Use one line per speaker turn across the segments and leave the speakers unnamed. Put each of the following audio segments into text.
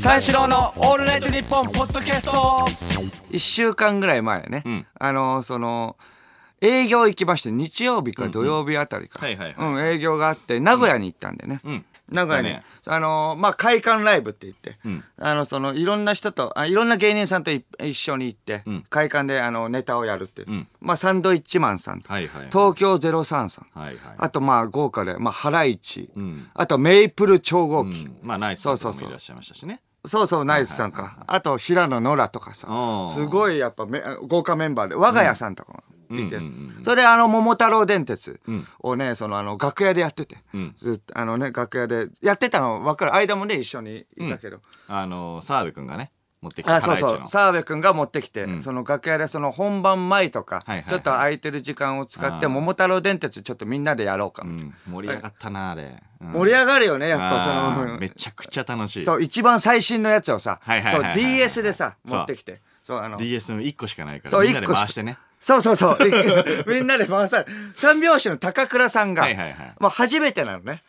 三四郎の「オールナイトニッポン」ポッドキャスト1週間ぐらい前ね、
ん
あのその営業行きまして日曜日か土曜日あたりか、
うんはいはいは
うん営業があって名古屋に行ったんでね、
うん
名古屋に、
だね
あのまあ会館ライブって言って、
ん
あのそのいろんな人とあいろんな芸人さんとい一緒に行って、
ん
会館であのネタをやるっていう、
うん
まあサンドイッチマンさんと、
はいはい
東京03さん、
はいはい
あとまあ豪華で、まあ、ハライチ、
ん
あとメイプル超合
う
金、
んまあナイツさんとかもいらっしゃいましたしね
そうそう、ナイスさんか。あと、平野ノラとかさ
あ。ー
すごい、やっぱめ、豪華メンバーで、我が家さんとかもいて
うんうん。
それ、あの、桃太郎電鉄をね、その、あの、楽屋でやってて
ん。
ずっと、あのね、楽屋で、やってたの分かる。間もね、一緒にいたけど。
あの澤部君がね持ってきた
あ
ハ
そ
ラ
う
イチの
そう澤部君が持ってきて、その楽屋でその本番前とか、
はいはいはい
ちょっと空いてる時間を使って「
あー
桃太郎電鉄」ちょっとみんなでやろうか、
うん盛り上がったなあれうん
盛り上がるよねやっぱ
あ
そ
ー
の
めちゃくちゃ楽しい
そう一番最新のやつをさ、
はいはいはいはい
そう DS でさ
そう
持ってきてそうあの
DS の1個しかないか
そ
ら
う
みんなで
一個しか
回してね
そうそうそう。 みんなで回さ、三拍子の高倉さんが、
はいはいはい
もう初めてなのね。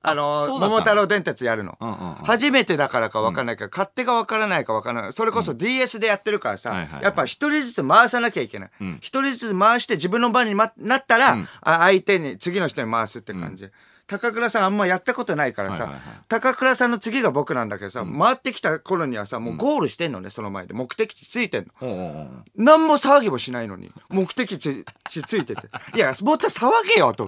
あの
そうだったの
桃太郎電鉄やるの、
うんうんうん
初めてだからか分からないから、勝手が分からないか分からないそれこそ DS でやってるからさ、
はいはいはい
やっぱ一人ずつ回さなきゃいけない一、人ずつ回して自分の番に、ま、なったら、あ相手に次の人に回すって感じ、高倉さんあんまやったことないからさ、
はいはいはい
高倉さんの次が僕なんだけどさ、回ってきた頃にはさもうゴールしてんのね、その前で目的地ついてんの
おうおうおう
何も騒ぎもしないのに、目的地地ついてて。いや、もっと騒げよと。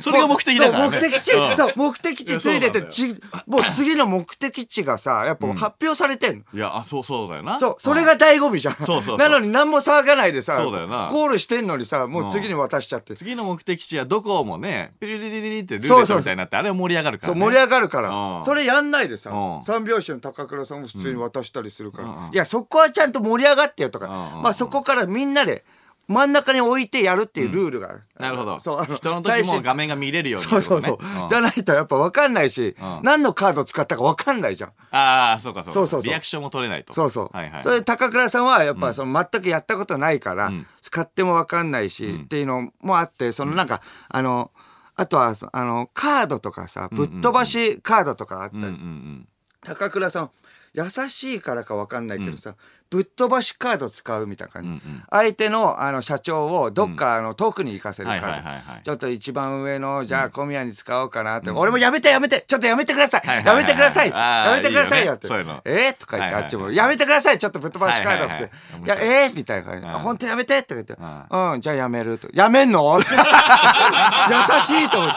それが目的だから
そう
ね
目的
う
地、
ん
そう、目的地ついて
い
て、
やそ
ちもう次の目的地がさ、やっぱ発表されてんの。
いやあそうそうだよな
そう、それが醍醐味じゃん。
そうそうそう
なのに何も騒がないでさ、
そうだよな
ゴールしてんのにさ、もう次に渡しちゃって。
次の目的地はどこもねピリリリリリってルーレ
そう
ッ
そう
トみたいになってあれ盛り上がるか
そ
ら
う
ね
盛り上がるから、
うん
それやんないでさ、
うん
三拍子の高倉さんも普通に渡したりするから、
うんうん
いやそこはちゃんと盛り上がってよとか、
うんうん
まあ、そこからみんなで真ん中に置いてやるっていうルールがある、
なるほど
そうあ
人の
最
時も
新
画面が見れるようにって
そ
こ
うそ
と
う
ね
そう、
ん
じゃないとやっぱ分かんないし、
うん
何のカード使ったか分かんないじゃん
ああそうかそうか
そうそうそう
リアクションも取れないと
そうそう、
はいはい
それで高倉さんはやっぱその全くやったことないから、
ん
使っても分かんないし、っていうのもあってそのなんか、あのあとはそあのカードとかさぶっ飛ばしカードとかあったり、
うんうん
高倉さん優しいからか分かんないけどさ、ぶっ飛ばしカード使うみたいな感じ、相手のあの社長をどっかあの遠くに行かせるカード、
はいはいはいはい
ちょっと一番上のじゃあ小宮に使おうかなって、俺もやめてやめてちょっとやめてください,、
はいはいはいはい
やめてください
あー
やめてくださいよって
いいよねそういうの
えーとか言って、
はいはいはい
あっちもやめてくださいちょっとぶっ飛ばしカードって、
はいいはいはい
やえーみたいな感じ、
ん
本当やめてって言って、う、
うん
じゃあやめるとやめんの 優しいと思って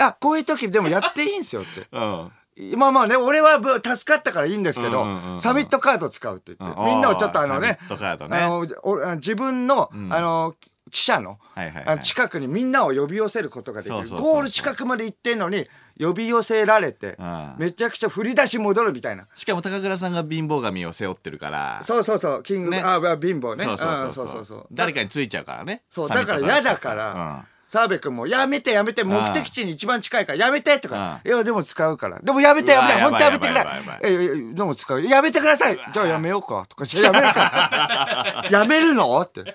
あこういう時でもやっていいんすよって
うんうん
まあまあね、俺はぶ助かったからいいんですけど、
うんうんうんうん
サミットカード使うって言って、
うん
みんなをちょっとあの
サミ
ね
ットカードね
あのおあ自分の、あの記者の,、
はいはいはい
あの近くにみんなを呼び寄せることができる
そうそうそうそう
ゴール近くまで行ってんのに呼び寄せられて、
うん
めちゃくちゃ振り出し戻るみたいな
しかも高倉さんが貧乏神を背負ってるから
そうそうそうキング、
ね
ああ貧乏ね
そうそうそ
んそ
うそうう
そ
そうう誰かについちゃうからね
そう
サミ
だ
ット
から
カード
嫌だから澤部君も「やめてやめて目的地に一番近いからやめて」とか「いやでも使うからでもやめて
う
や
わ
めて
や
本
ば
当や
い
めてくだ
やばい
さい
やば
いやいやでも使うやめてくださいじゃあやめようか」とか「やめるか」「やめるの?」って「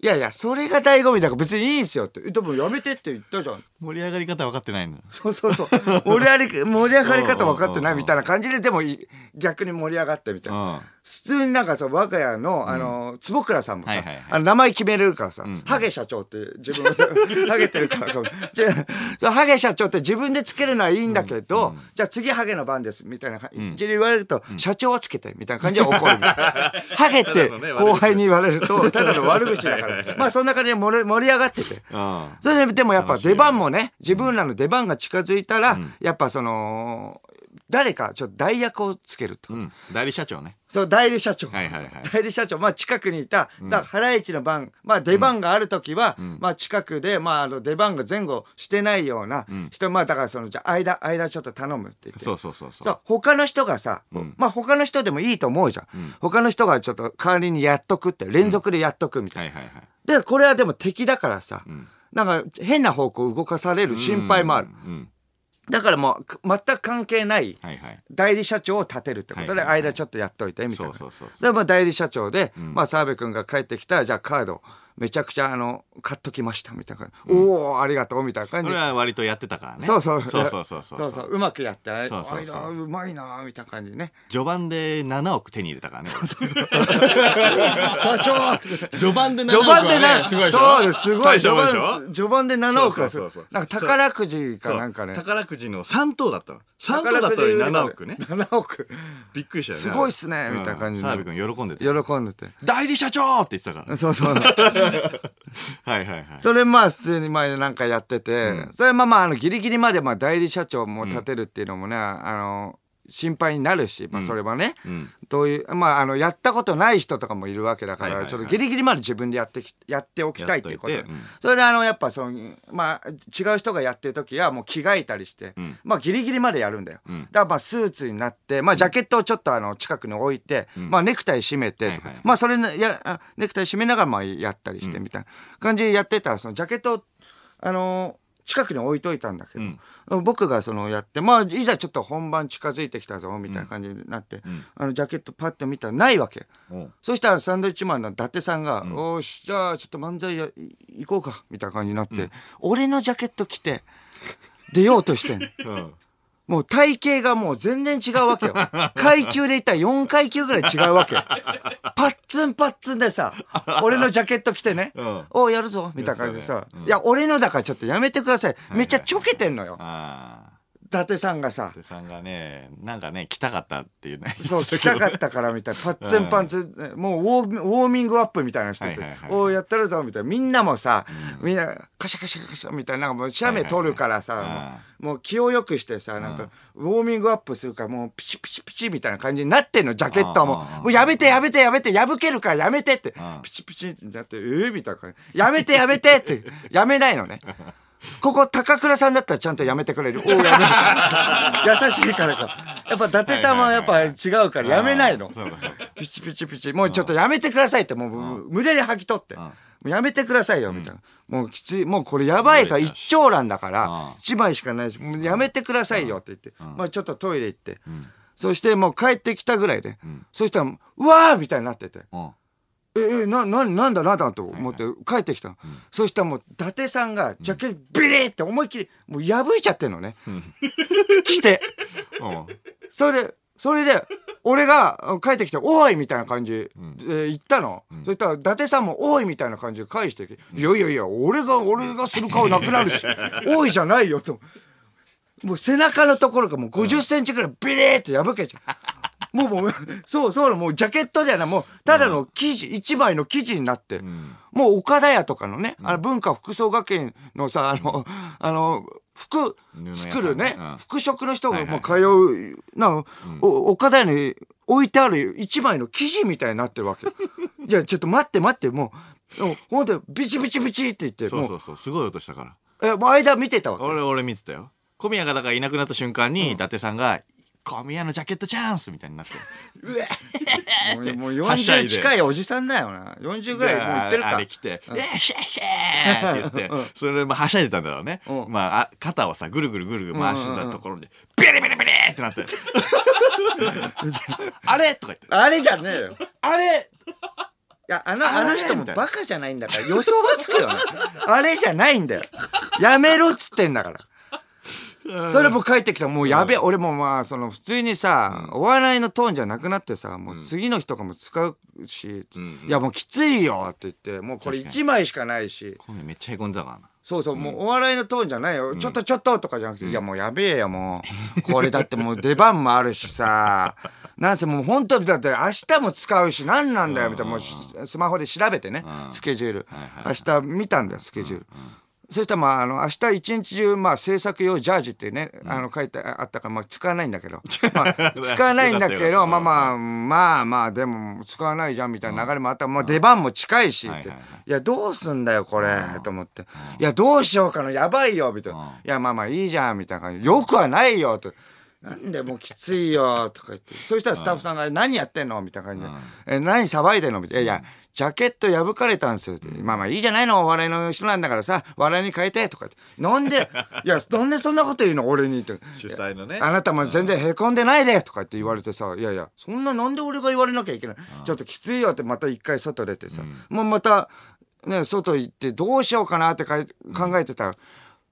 いやいやそれが醍醐味だから別にいいんすよ」って「でもやめて」って言ったじゃん
うん盛り上がり方分かってないの
そうそう そう盛り上がり盛り上がり方分かってないみたいな感じででもい逆に盛り上がってみたいな。
うん
普通になんかさ我が家のあの、坪倉さんもさ、
はいはいはい
あの名前決めれるからさ、ハゲ社長って自分でハゲてるからかもじゃあ そうハゲ社長って自分でつけるのはいいんだけど、じゃあ次ハゲの番ですみたいな感じで言われると、社長はつけてみたいな感じで怒る ハゲって後輩に言われるとただの悪口だからまあそんな感じで盛り盛り上がってて。
うん
それででもやっぱ出番もね自分らの出番が近づいたら、やっぱその誰かちょっと代役をつけると、
うん代理社長ね
そう代理社長、
はいはいはい
代理社長、まあ、近くにいた、だからハライチの番、まあ、出番がある時は、まあ、近くで、まあ、あの出番が前後してないような人、まあだからそのじゃあ間間ちょっと頼むって言って
そうそうそう
そ
そう
う他の人がさ、まあ他の人でもいいと思うじゃん、他の人がちょっと代わりにやっとくって連続でやっとくみたい
は
な、
いはいはい
でこれはでも敵だからさ、なんか変な方向動かされる心配もある、
うん
だからもうく全く関係ない
はいはい
代理社長を立てるってこと
はい
で
はいはい
間ちょっとやっといてみたいな
そうそうそうそう
でまあ代理社長で、まあ、澤部君が帰ってきたらじゃあカードめちゃくちゃあの買っときましたみたいな感じ、おおありがとうみたいな感じ
俺は割とやってたからね
そうそう
そうそうそうそう
そうそううまくやってあれ
そうそうそう
あれだうまいなみたいな感じでね
序盤で7億手に入れたからね
社長
序盤で
序盤でな、
すごいでしょ
そうですすごい
大した
序
もん
盤
でしょ
序盤で7億です
そうそうそうそう
なんか宝くじかなんかね
そう宝くじの3等だったの3等だったのに7億ね
7億
びっくりしたよね
すごいっすねみたいな感じで
澤部君喜んでて
喜んでて
代理社長って言ってたから
そうそう
はいはいはい
それまあ普通に前なんかやってて、それまあまああのギリギリまでまあ代理社長も立てるっていうのもね、あの心配になるし、まあ、それはね、どういうまああのやったことない人とかもいるわけだから、
はいはいはい
ちょっとギリギリまで自分でやってきやっておきたいっていうこと
やっといてうん
それであのやっぱそのまあ違う人がやってる時はもう着替えたりして、
ん
まあギリギリまでやるんだよ、
ん
だからまあスーツになってまあジャケットをちょっとあの近くに置いて、まあネクタイ締めてとか、
はいはい
まあそれのやあネクタイ締めながらまあやったりしてみたいな感じでやってたらそのジャケットをあのー近くに置いといたんだけど、僕がそのやってまあいざちょっと本番近づいてきたぞみたいな感じになって、あのジャケットパッと見たらないわけ。
うん
そしたらサンドウィッチマンの伊達さんが「おーしじゃあちょっと漫才やい行こうか」みたいな感じになって、俺のジャケット着て出ようとしてんの
うん
もう体型がもう全然違うわけよ階級で言ったら4階級ぐらい違うわけよパッツンパッツンでさ俺のジャケット着てね「
うん
おうやるぞ」みたいな感じで
や
さ「
つだねうん
いや俺のだからちょっとやめてください」めっちゃちょけてんのよ、
ああ
伊達さんがさ
伊達さんがねなんかね来たかったっていうね
そう、来
言ってた
た
けど
かったからみたいな。パッツンパンツン、もうウォーミウォーミングアップみたいなのしてて
はいはいはい、
おーやったるぞみたいな。みんなもさ、みんな、カシャカシャカシャみたいな、なんかもう写メ撮るから
はいはいはい
さ、もうもう気を良くしてさ、なんか、ウォーミングアップするから、もうピチピチピチみたいな感じになってんの、ジャケットも
あーあーあ。ー
もうやめてやめてやめて、破けるからやめてって
あー、
ピチピチになって、えーみたいな感じ。やめてやめて って、やめないのね。ここ高倉さんだったらちゃんとやめてくれる。おーやめる 優しいからか。やっぱ伊達さんはやっぱ違うからやめないの
あー。そうかそうか
ピチピチピチもうちょっとやめてくださいってもう無理やり吐き取って
ん
もうやめてくださいよみたいな、もうきついもうこれやばいから一長蘭だか
うん
ら一枚しかないしもうやめてくださいよって言って、まあ、ちょっとトイレ行って、そしてもう帰ってきたぐらいで、そしたら「うわー!」みたいになってて。
うん
ええなななんだなんだと思って帰ってきたの、そしたらもう伊達さんがジャケットビリーって思いっきりもう破いちゃってんのね、 着て
うん
それでそれで俺が帰ってきて「おい!」みたいな感じで言ったの、そしたら伊達さんも「おい!」みたいな感じで返してきて「いやいやいや俺が俺がする顔なくなる しおいじゃないよ」と。もう背中のところがもう50センチぐらいビリーって破けちゃう。もうもう、そうそうなの、もうジャケットじゃない、もうただの生地、一枚の生地になって、もう岡田屋とかのね、あの文化服装学園のさ、あの、あの、服
布屋さんね
作るね、
うん
服飾の人がもう通
は
う、な、お岡田屋に置いてある一枚の生地みたいになってる わけ。いや、ちょっと待って待って、もう、もうほんとビチビチビチって言って、
そうそ
もう
うそうすごい音したから
えもう間見てた わけ。
俺俺見てたよ小宮がだからいなくなった瞬間に伊達さんが「小宮のジャケットチャンス!」みたいになって
もうもう
はしゃ
40
いで
近いおじさんだよな40ぐらいもう言ってる
あ
か
れ来て「えっシェシェ!」って言ってそれでまあはしゃいでたんだろうね
うん
まああ肩をさぐるぐるぐるぐる回してたところでビリビリビリって なって「あれ?」とか言って
あれじゃねえよい
「あれ?」
やあのあ
あ
の
れ
人も
みたいな
バカじゃないんだから予想はつくよ なあれじゃないんだよやめろっつってんだからそれも帰ってきたらもうやべえ、俺もまあその普通にさ、お笑いのトーンじゃなくなってさもう次の日とかも使うし、
んうん
いやもうきついよって言ってもうこれ1枚しかないし
小宮めっちゃへこんでたからな
そうそう、もうお笑いのトーンじゃないよ。ちょっとちょっととかじゃなくて、いやもうやべえよ、もう。これだってもう出番もあるし さ。なんせもう本当にだって明日も使うし何なんだよみたいな、もうしスマホで調べてね、スケジュール。明日見たんだよ、スケジュール。そしたらまあ、あの、明日一日中、まあ、制作用ジャージってね、あの、書いてあったから、まあ、使わないんだ けど。まあ、使わないんだ
よか
け
ったよ
ど、まあまあ、まあまあ、でも、使わないじゃんみたいな流れもあった。まあ、出番も近いし、って。
はいはいはい
いや、どうすんだよ、これ、と思って。いや、どうしようかな、やばいよ、みたいな。いや、まあまあ、いいじゃん、みたいな感じ。よくはないよ、と。なんでもうきついよ、とか言って。そしたらスタッフさんが、何やってんのみたいな感じで。え、何騒いでんのみたいな。いやいや、ジャケット破かれたんですよ。ってまあまあ、いいじゃないの、お笑いの人なんだからさ、笑いに変えて、とか言って。なんで、 いや、なんでそんなこと言うの、俺に、って。
主催のね
あなたも全然へこんでないでとかって言われてさ、いやいや、そんななんで俺が言われなきゃいけない。ちょっときついよってまた一回外出てさ、もうまた、ね、外行ってどうしようかなってかい考えてたら、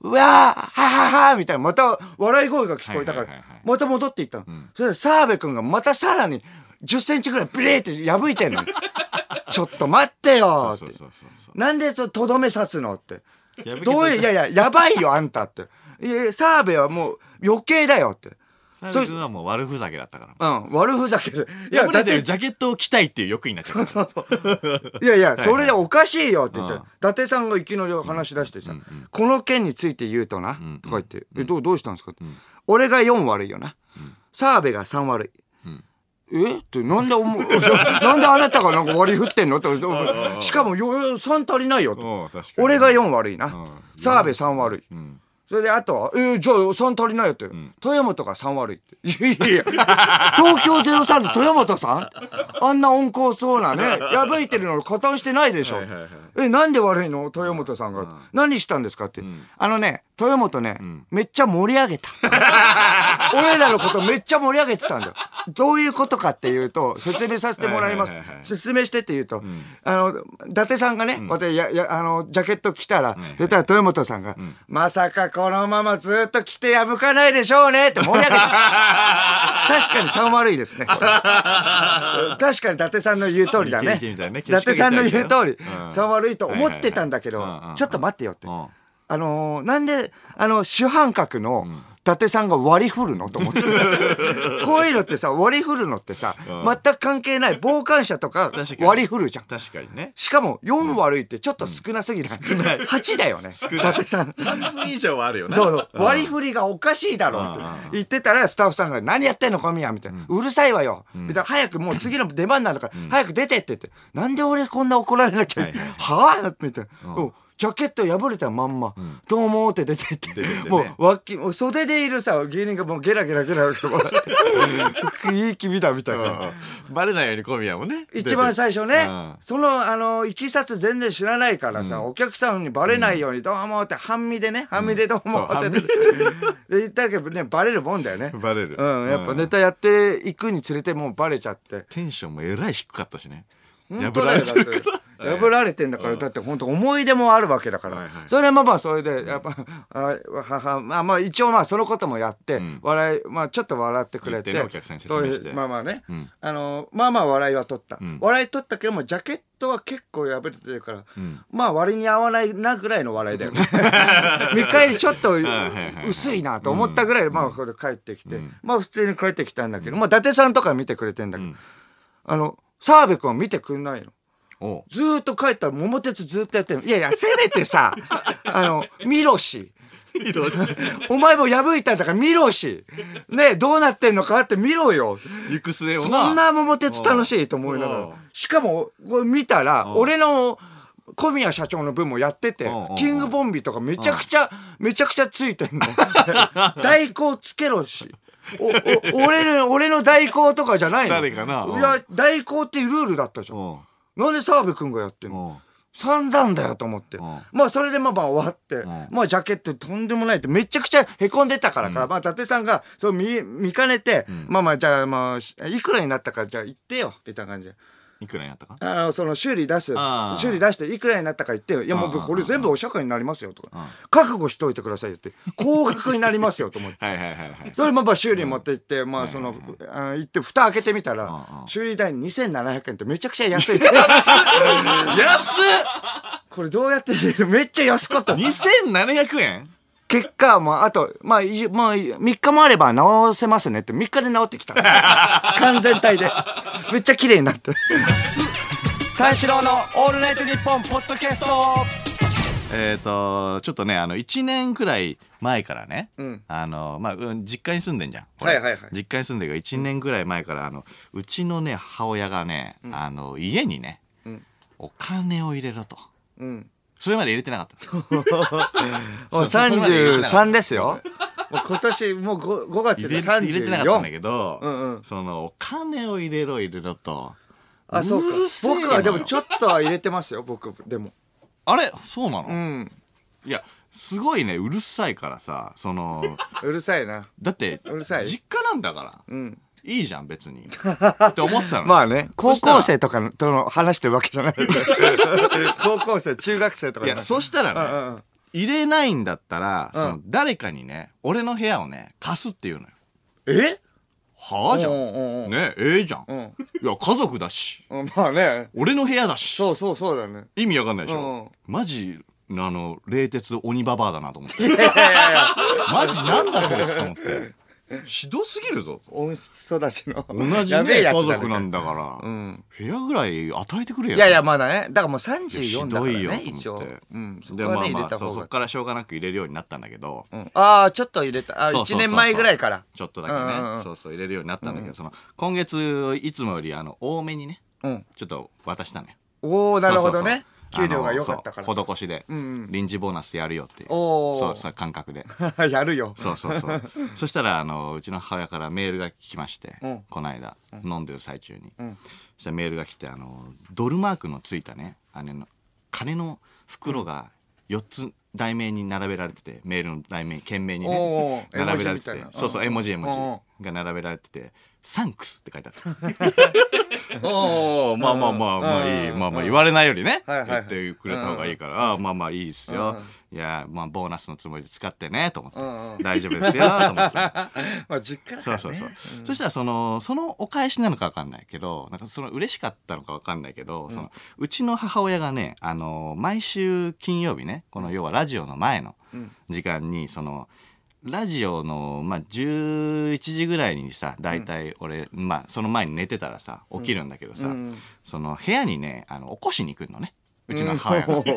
うわーはははみたいな、また笑い声が聞こえたから、
はいはいはいはい
また戻っていったの。それで澤部君がまたさらに10センチぐらいビリーって破いてん の。ちょっと待ってよって。
そうそうそうそ
なんでそとどめ刺すのって
やめ。て
どういう、いやいや、やばいよ、あんたって。いやいや、澤部はもう余計だよって。
う。
そ
そういつはもう悪ふざけだったから。
うん、悪ふざけで。いや、だ
破れ
って
る
て、
ジャケットを着たいっていう欲になっちゃった。
いやいや、それでおかしいよって言って、
うん
伊達さんがいきなり話し出してさ、この件について言うとな、とか言って、え、どう、どうしたんですかって、俺が4悪いよな。澤部が3悪い。えってなんで思う なんであなたがなんか割り振ってんのってしかもよ3足りないよって
うん確かに
俺が4悪い
ん
な澤部3悪い
うん。
それであとは「えー、じゃあ3足りないよ」って、豊本が3悪い」って「いやいやいや東京03の豊本さんあんな温厚そうなね破いてるのに加担してないでしょ」
はいはい
えなんで悪いの豊本さんが、何したんですかって、あのね豊本ね、めっちゃ盛り上げ た俺らのことめっちゃ盛り上げてたんだよどういうことかっていうと説明させてもらいます、
はいはいはいはい
説明してって言うと、あの伊達さんがね、こうやってややあのジャケット着たら、そしたら豊本さんが、まさかこのままずっと着て破かないでしょうね」って盛り上げた確かに3悪い ですねそれ確かに伊達さんの言う通りだね
いけいけみたいなね
伊達さんの言う通り、
うん
3悪いと思ってたんだけど、
はいはいはいうんうん
ちょっと待ってよって、
うん
あのーなんであの主犯格の伊達さんが割り振るのと思って こういうのってさ割り振るのってさ、全く関係ない傍観者とか
確かに
割り振るじゃん。
確かにね。
しかも4悪いってちょっと少なすぎない、8だよね伊達さん
半分以上はあるよね。
そうそう割り振りがおかしいだろうって言ってたらスタッフさんが「何やってんの小宮」みたいな「うるさいわよ」みたいな「早くもう次の出番なんだから早く出て」って言って「なんで俺こんな怒られなきゃ
はいはい
はあ?」みたいな。うんジャケット破れたまんま、どうもーって出てって、
てってね
もう脇、もう袖でいるさ、芸人がもうゲラゲラゲラゲ ラ、いい気味だみたいな。
バレないように小宮もね。
一番最初ね、
うん
そのあのいきさつ全然知らないからさ、お客さんにバレないように「どうも」って半身でね半身で「どうも」って、
そう半身で
で 言ったけどねバレるもんだよね
バレる
うん、やっぱネタやっていくにつれてもうバレちゃって
テンションもえらい低かったしね。
本
破
当
ら
だ
れ
よ
て
だ
る
って 破られてんだからだって本当思い出もあるわけだから、
はいはい
それはまあまあそれでやっぱあ母まあまあ一応まあそのこともやって、笑いまあちょっと笑ってくれて
言ってねお客さんに説明して
そういうまあまあね、
ん
あのまあまあ笑いは取った、
ん
笑い取ったけどもジャケットは結構破れてるから、まあ割に合わないなぐらいの笑いだよね 見返りちょっと
はいはいはい
薄いなと思ったぐらい、まあこれ帰ってきて、まあ普通に帰ってきたんだけど、まあ伊達さんとか見てくれてんだけど、あの澤部君は見てくんないの。
おう
ずーっと帰ったら桃鉄ずーっとやってるのいやいやせめて さあの見ろしお前も破いたんだから見ろしねえどうなってんのかって見ろよ
行く末を
そ
な。
んな桃鉄楽しいと思いなが
うん
らしかもこれ見たら俺の小宮社長の分もやってて
うんうん
キングボンビーとかめちゃくちゃめちゃくちゃついてんの代行つけろしおお俺の俺の代行とかじゃないの
誰かなうん
いや代行っていうルールだったじゃん
おう
なんで澤部君がやってんの
おう
散々だよと思って。
ん
まあ、それでまあまあ終わって、
ん
まあ、ジャケットとんでもないって、めちゃくちゃ凹んでたからか、まあ、伊達さんが、そう見、見かねて、まあまあ、じゃあ、まあし、いくらになったか、じゃあ言ってよ、みたいな感じで。
いくらになったか
あの、その、修理出す
あー。
修理出して、いくらになったか言ってよ。いや、もう
あー
僕これ全部お釈迦になりますよ、とか。覚悟しといてくださいよって。高額になりますよ、と思って。
はいはいはいはい。
それもまあ修理持って行って、まあその、あ行って蓋開けてみた
うん
ら
う、ん
修理代2700円ってめちゃくちゃ安いって。
安
これどうやって修理めっちゃ安かった
っ !2700 円
結果、もう、あと、まあ、いまあ、3日もあれば直せますねって、3日で直ってきた。完全体で。めっちゃ綺麗になって。三四郎のオールナイトニッポンポッドキャスト
えっ、と、ちょっとね、あの、1年くらい前からね、あの、まあ、うん実家に住んでんじゃん。俺
はいはいはい
実家に住んでるから1年くらい前から、あの、うちのね、母親がね、あの、家にね、お金を入れろと。
うん。
それまで入れてなか った。
もう
そうそれまで言うな
33ですよ。もう今年、もう 5, 5月
入
で
れ
34。
入れてなかったんだけど、
うんうん
その、お金を入れろ入れろと。
あ、そうか
うる。せえな
僕はでもちょっとは入れてますよ、僕、でも。
あれそうなの、
うん。
いや、すごい ね、うるさいからさ、その、
うるさいな。
だって
うるさい
実家なんだから、
ん
いいじゃん別にって思ってた の
まあね、高校生とかとの話してるわけじゃない。 高校生、中学生とか
い
じゃ
や
ない。
そしたらね、
うんうん
入れないんだったら、その誰かにね俺の部屋をね貸すっていうのよ
え
はあじゃん
うんうんうん
ねええじゃん、
ん
いや家族だし
うんまあね。
俺の部屋だし
そうそうそう だね。
意味わかんないでしょ、マジあの冷徹鬼ババアだなと思って
いやいやいや、
マジなんだこいつと思ってひどすぎるぞ
温室育ちの。
同じ
や
ね
べえや
家
つだね
族なんだから、部屋ぐらい与えてくれよ
いやいや、まだね。だからもう
ひ
34だか
ど
ら
いよ
ね、一
と思っ
応
て。
うん。そこ
で
は
まあ
ね、入
ま
れ
あ
た
そう
方
そこ
が。
からしょうがなく入れるようになったんだけど、
うんああ、ちょっと入れた。あ、
そうそう
1
そうそう
年前ぐらいから。
ちょっとだけね、
うんうんうん
そうそう入れるようになったんだけど、その今月いつもよりあの多めにね
うん。
ちょっと渡したのよ
おおなるほどね。
そうそうそう
給料が良かったか
あの
ら。
そう施しで臨時ボーナスやるよっていう、
おー
そうそう感覚で
やるよ。
そうそ うそうそしたらあのうちの母親からメールが来まして、
うん
この間飲んでる最中に、そしたらメールが来てあのドルマークのついたねあの金の袋が4つ題名に並べられててメールの題名件名に
おー
ね
おー
並べられて
絵文字みた
て
いな
そうそう絵文字絵
うんうん
文字が並べられてて「サンクス」って書いてあった。
おお
まあまあまあまあいい、まあまあ言われないよりね、
はいはい
言ってくれた方がいいから、ああまあまあいいっすよ、いやまあボーナスのつもりで使ってねと思って、
ん う
大丈夫ですよと思ってた
まあ実家だか
そ
ら
う
ね。
そうそう、そしたらそのそのお返しなのか分かんないけどなんかその嬉しかったのか分かんないけど、そのうちの母親がね、あの毎週金曜日ねこの要はラジオの前の時間にそのラジオの、まあ、11時ぐらいにさ大体俺、まあ、その前に寝てたらさ起きるんだけどさ、
うん
その部屋にねあの起こしに来るのねうちの母親 が、
おー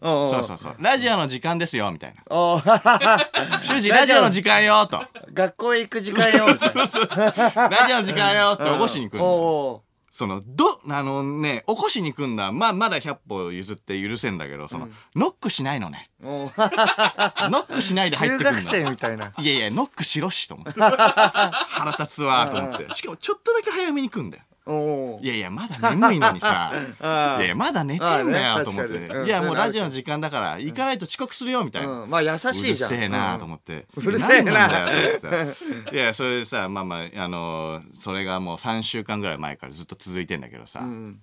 お
そう
ー
そうそうラジオの時間ですよみ たいな
おー
「主人ラジオの時間よ」と
学校へ行く時間よ。
「ラジオの時間よ」って起こしに来るの
お
そのどあのね起こしに来んだまあまだ100歩譲って許せんだけどその、ノックしないのね
ーおー
ノックしないで入っ
中
てくる
学生
の
みたいな。
いやいやノックしろしと思 って腹立つわと思ってしかもちょっとだけ早めに来んだよ
おお
い。やいやまだ眠いの にさ
あ
いやいやまだ寝てんだ
ああね
よと思って、
確かにうん
いやもう
それはあ
ラ
るけ
ジ
ど
オの時間だから行かないと遅刻するよみたいな、
うんまあ優しいじゃん。
うるせえなと思って、
うるせえな
何んだよと思って さいやそれでさまあまああのーそれがもう3週間ぐらい前からずっと続いてんだけどさ、
ん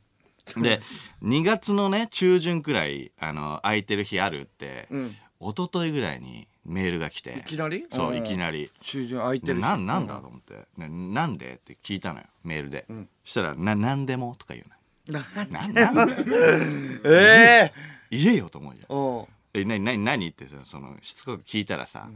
で2月のね中旬くらいあの空いてる日あるって、
ん
一昨日ぐらいにメールが来てい
きなり
そううんいきなり。
中旬空いて
で
る。
なんなんだと思って、ねなんでって聞いたのよメールで、そしたら「ななんでも」とか言うのななんなんだ よ
ええ。
言えよと思うじゃん
おー
え何何何ってさそのしつこく聞いたらさ、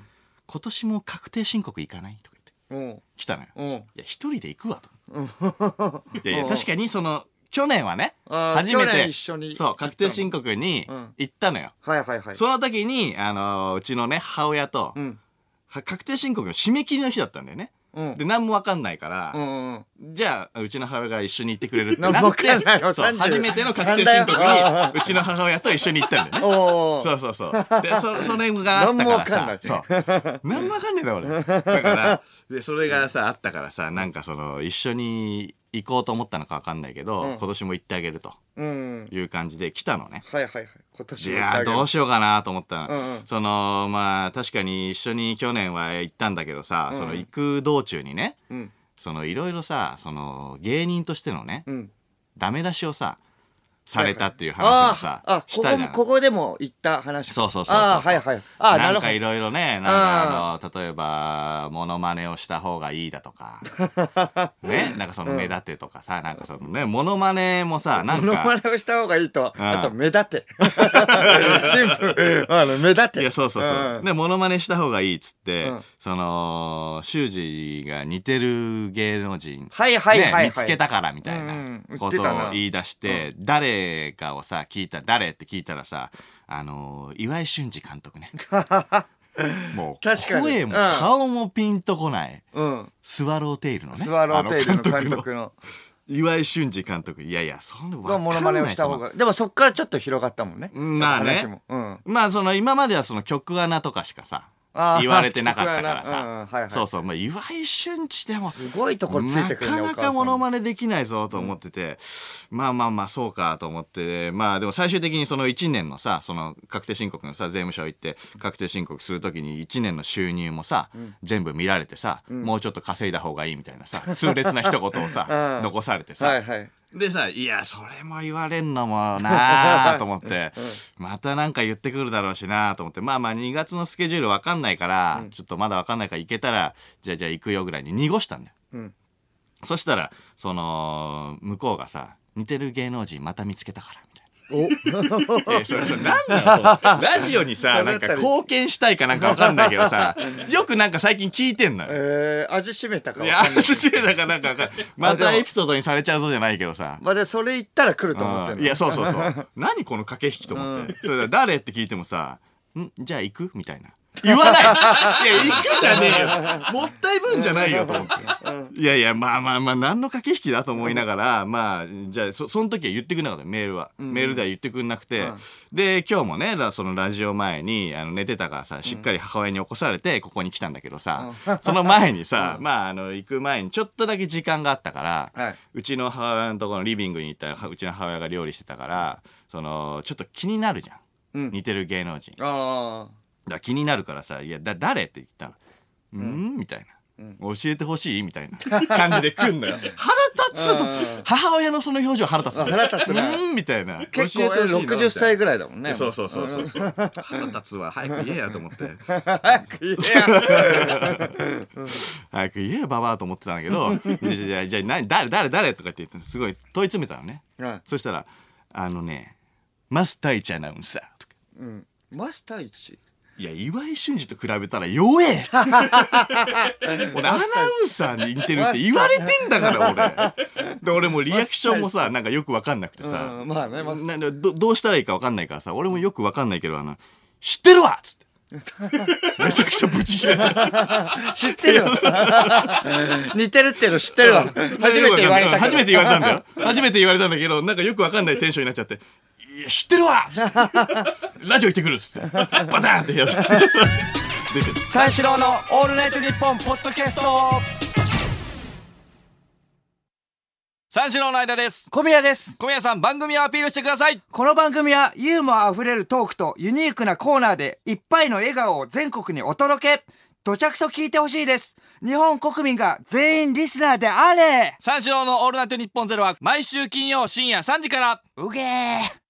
今年も確定申告行かないとか言って
お
来たのよ、
ーおー。
いや一人で行くわと思 っていやいや確かにその去年はね
あー
初め
去
て
年一緒に
そう確定申告に
ん
行ったのよ、
はいはいはい。
その時に、あのーうちのね母親と、
ん
は確定申告の締め切りの日だったんだよね、
うん
で何も分かんないから、
うんうんうん。
じゃあうちの母親が一緒に行ってくれるって
なん
な
も
っ
わかんない
て
よ
そう
30
初めての確定申告
な
にうちの母親と一緒に行ったんだよね
お
そうそうそう。で、そ、それがあったからさ。そう。なんもわかんねえだ、俺。だから、で、それがさ、あったからさ、なんかその、一緒に行こうと思ったのかわかんないけど、今年も行ってあげると
お。うん。
いう感じで来たのね。
はいはいはい。今
い
年も
やーどうしようかなと思ったの、
うんうん
そのまあ確かに一緒に去年は行ったんだけどさ、その行く道中にね、
ん
そのいろいろさその芸人としてのね、
ん
ダメ出しをさされたっていう話
あ
をさ、
ああ、
し
こ
た
こ
じゃ
も
ん
ここでも言った話。
そうそうそうそう
ああ、はいはい。ああ、な
な
る
ん
ほ
か
ど
い。ろいろねなんかあの例えばモノマネをした方がいいだと かねなんかその目立てとかさ、なんかそのねモノマネもさなん
モノマ
か
ネをした方がいいと、
ん
あと目立て。 シンプル。あの目立て。
いやそうそうそう、
ん
でモノマネした方がいいっつって、
うん
その修二が似てる芸能人
はいはいはいはい
ね見つけたからみたい
うん
な
うん言
こ
って
と
たな
を言い出して、誰かをさ聞いた誰って聞いたらさあのー岩井俊二監 督ねもう
確かに
声も
うん
顔もピンとこない、
うん。
スワローテイルのね
スワローテイルの
あ
監督の。
岩井俊二監督いやいやそんな
がモノマネをした方が。でもそっからちょっと広がったもんね。
まあね
話もうん。
まあその今まではその曲穴とかしかさ
あー
言われてなかったから
聞くわなうんうんはいは
さ
い
そうそう、まあ、岩井俊二でも
すごいところついてくるね
なかな
お母
か
さ
モ
ん
ノマネできないぞと思ってて、まあまあまあそうかと思ってまあでも最終的にその1年のさその確定申告のさ税務署行って確定申告するときに1年の収入もさ、全部見られてさ、もうちょっと稼いだ方がいいみたいなさ痛烈な一言をさ、
うん
残されてさ、
はいはい
でさ、いや、それも言われんのも なあと思って、またなんか言ってくるだろうしなあと思って、まあまあ2月のスケジュールわかんないから、ちょっとまだわかんないから行けたら、じゃあじゃあ行くよぐらいに濁したんだよ。
ん
そしたら、その、向こうがさ、似てる芸能人また見つけたから、みたいな。
お
えーそれそれ何なの ラジオにさ、なんか貢献したいかなんかわかんないけど さ、よくなんか最近聞いてんのよ。
えー味しめたか
い
わ
や
かんない、
土だからなんかわかんないま
あ
た
でも
エピソードにされちゃうぞじゃないけどさ。
まあでそれ言ったら来ると思ってんの
いやそうそうそう 何この駆け引きと思って、それで誰って聞いてもさ「んじゃあ行く?」みたいな言 わないいや行くじゃねえよもったいぶんじゃないよと思っていやいやまあまあまあ何の駆け引きだと思いながらまあじゃあそその時は言ってくれなかったメールは、メールでは言ってくれなくて、で今日もねらそのラジオ前にあの寝てたからさしっかり母親に起こされてここに来たんだけどさ、その前にさ、まああの行く前にちょっとだけ時間があった から、
はいう
ちの母親のところのリビングに行ったらうちの母親が料理してたからそのちょっと気になるじゃん、
うん
似てる芸能人だか
あ
ら気になるからさ「いやだ誰?」って言ったら「うん?」みたいな。教えてほしいみたいな感じで来 んのよ腹立つと
うん
母親のその表情腹立つの
あ腹立つな
うんみたいな
ー結構
教えてほしいなみたいな
60歳ぐらいだもんね
そうそうそうそうそう腹立つわ早く言えやと思って
いや
早く言えよババアと思ってたんだけどじゃじゃじゃじゃあ何誰誰誰とかって言ってすごい問い詰めたのね、
うん
そしたら「あのねマスタイチアナウンサー」とか
うんマスター一
「いや岩井俊二と比べたら 弱え! 」俺アナウンサーに似てるって言われてんだから俺で俺もリアクションもさなんかよく分かんなくてさ、
うんまあねマス
ななどどうしたらいいか分かんないからさ俺もよく分かんないけどあの「知ってるわ!」っつ って。めちゃくちゃブチ切れた
知って るわ似てるっていうの知ってるわ初めて言われたけど
初めて言われたんだよ。初めて言われたんだけど、なんかよくわかんないテンションになっちゃって、いや、知ってるわ ラジオ行ってくるっつって。バターンってやつ。出てる
三四郎の「オールナイトニッポン」ポッドキャスト
三四郎の間です。
小宮です
小宮さん、番組をアピールしてください。
この番組はユーモアあふれるトークとユニークなコーナーでいっぱいの笑顔を全国にお届けどちゃくそ聞いてほしいです日本国民が全員リスナーであれ
三四郎のオールナイトニッポンゼロは毎週金曜深夜3時から。
うげー